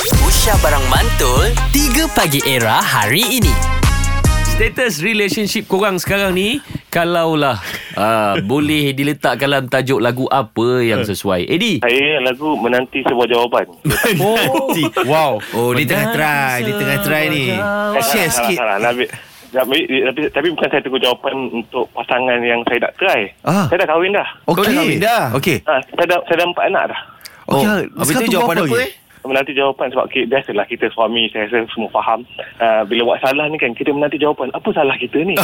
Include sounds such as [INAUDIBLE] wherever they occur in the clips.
Aisyah Barang Mantul 3 Pagi Era hari ini Status relationship korang sekarang ni Kalaulah uh, [LAUGHS] Boleh diletak dalam tajuk lagu apa yang sesuai Eddie Saya lagu menanti sebuah jawapan. Oh, [LAUGHS] Wow Oh dia tengah try Dia tengah try ni Share Salah, sikit Salah, salah. Ambil, ambil, tapi, tapi bukan saya tunggu jawapan untuk pasangan yang saya nak try. Ah. Saya dah kahwin dah. Okey dah kahwin dah? Okey Ha, saya, dah, saya dah empat anak dah. Okey, Oh, Hal, habis sekarang tu tunggu jawapan apa apa lagi? eh? [LAUGHS] Menanti jawapan sebab okay, biasalah kita suami saya rasa semua faham. Uh, bila buat salah ni kan kita menanti jawapan. Apa salah kita ni?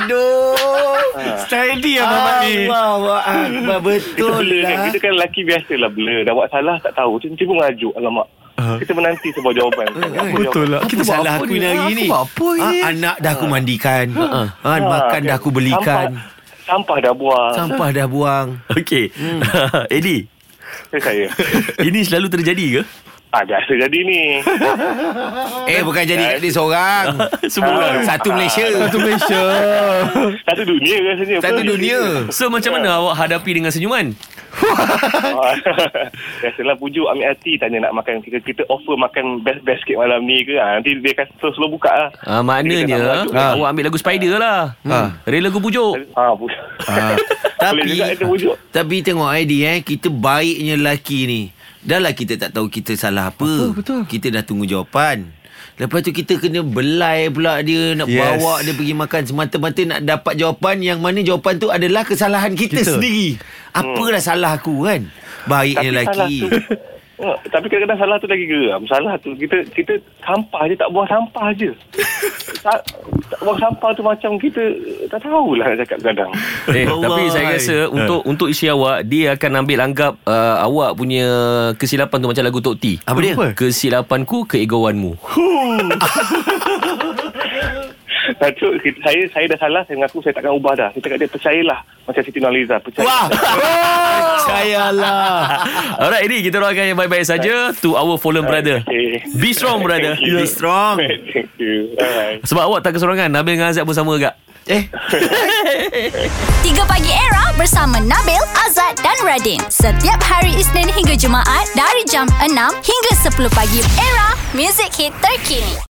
Aduh Steady lah Allah Akbar kita [LAUGHS] Betul blur kan. lah Kita kan lelaki biasalah blur. Dah buat salah tak tahu. Tiba-tiba mengajuk. Alamak. Kita menanti sebuah jawapan. Apa jawapan? lah Kita salah buat aku apa ni ni? hari Aku ni buat apa Ah, ni? Anak dah aku mandikan Ah, Ah, Makan kan. dah aku belikan Sampah, sampah dah buang. Sampah dah buang Okay [LAUGHS] Eddie Itu saya. Ini selalu terjadi ke? [LAUGHS] Ah, biasa jadi ni. Eh bukan jadi Dia seorang Semua orang Ah. Satu Malaysia Satu Malaysia Satu dunia rasanya. Satu Apa? [LAUGHS] dunia So macam mana awak hadapi dengan senyuman? Ah, Biasalah lah pujuk ambil hati Tanya nak makan Kita, kita offer makan Best-best sikit malam ni ke ha, Nanti dia akan slow-slow buka lah Uh, maknanya ha. Awak ambil lagu Spider lah Ah. Rela lagu pujuk Ha, pujuk Ah, Boleh Tapi juga itu pujuk Tapi tengok ID eh Kita baiknya lelaki ni Dah lah kita tak tahu kita salah apa, apa betul. Kita dah tunggu jawapan Lepas tu kita kena belai pula dia Nak yes. Yes. bawa dia pergi makan Semata-mata nak dapat jawapan Yang mana jawapan tu adalah kesalahan kita, kita. Kita. sendiri Apalah hmm. salah aku kan salah Baiknya lelaki tu Ya, tapi kadang-kadang salah tu lagi geram Salah tu Kita kita sampah je Tak buang sampah [LAUGHS] je tak, tak buang sampah tu macam kita Tak tahulah nak cakap [LAUGHS] kadang Eh, Allah. tapi saya rasa untuk untuk isteri awak dia akan ambil anggap uh, awak punya kesilapan tu macam lagu Tok T. Apa dia? Kesilapanku keegoanmu. Lepas tu kita- saya, saya dah salah Saya mengaku saya takkan ubah dah Saya cakap dia percayalah Macam Siti Nurhaliza Percayalah [LAUGHS] Wah Percayalah Alright ini kita doakan yang baik-baik saja to our fallen brother. Okay. Be strong brother. Thank you. Be strong [LAUGHS] Thank you Alright Sebab awak tak kesorangan Nabil dengan Azad pun sama agak Eh 3 Pagi Era bersama Nabil, Azad dan Radin. Setiap hari Isnin hingga Jumaat dari jam 6 hingga 10 pagi. Era, music hit terkini.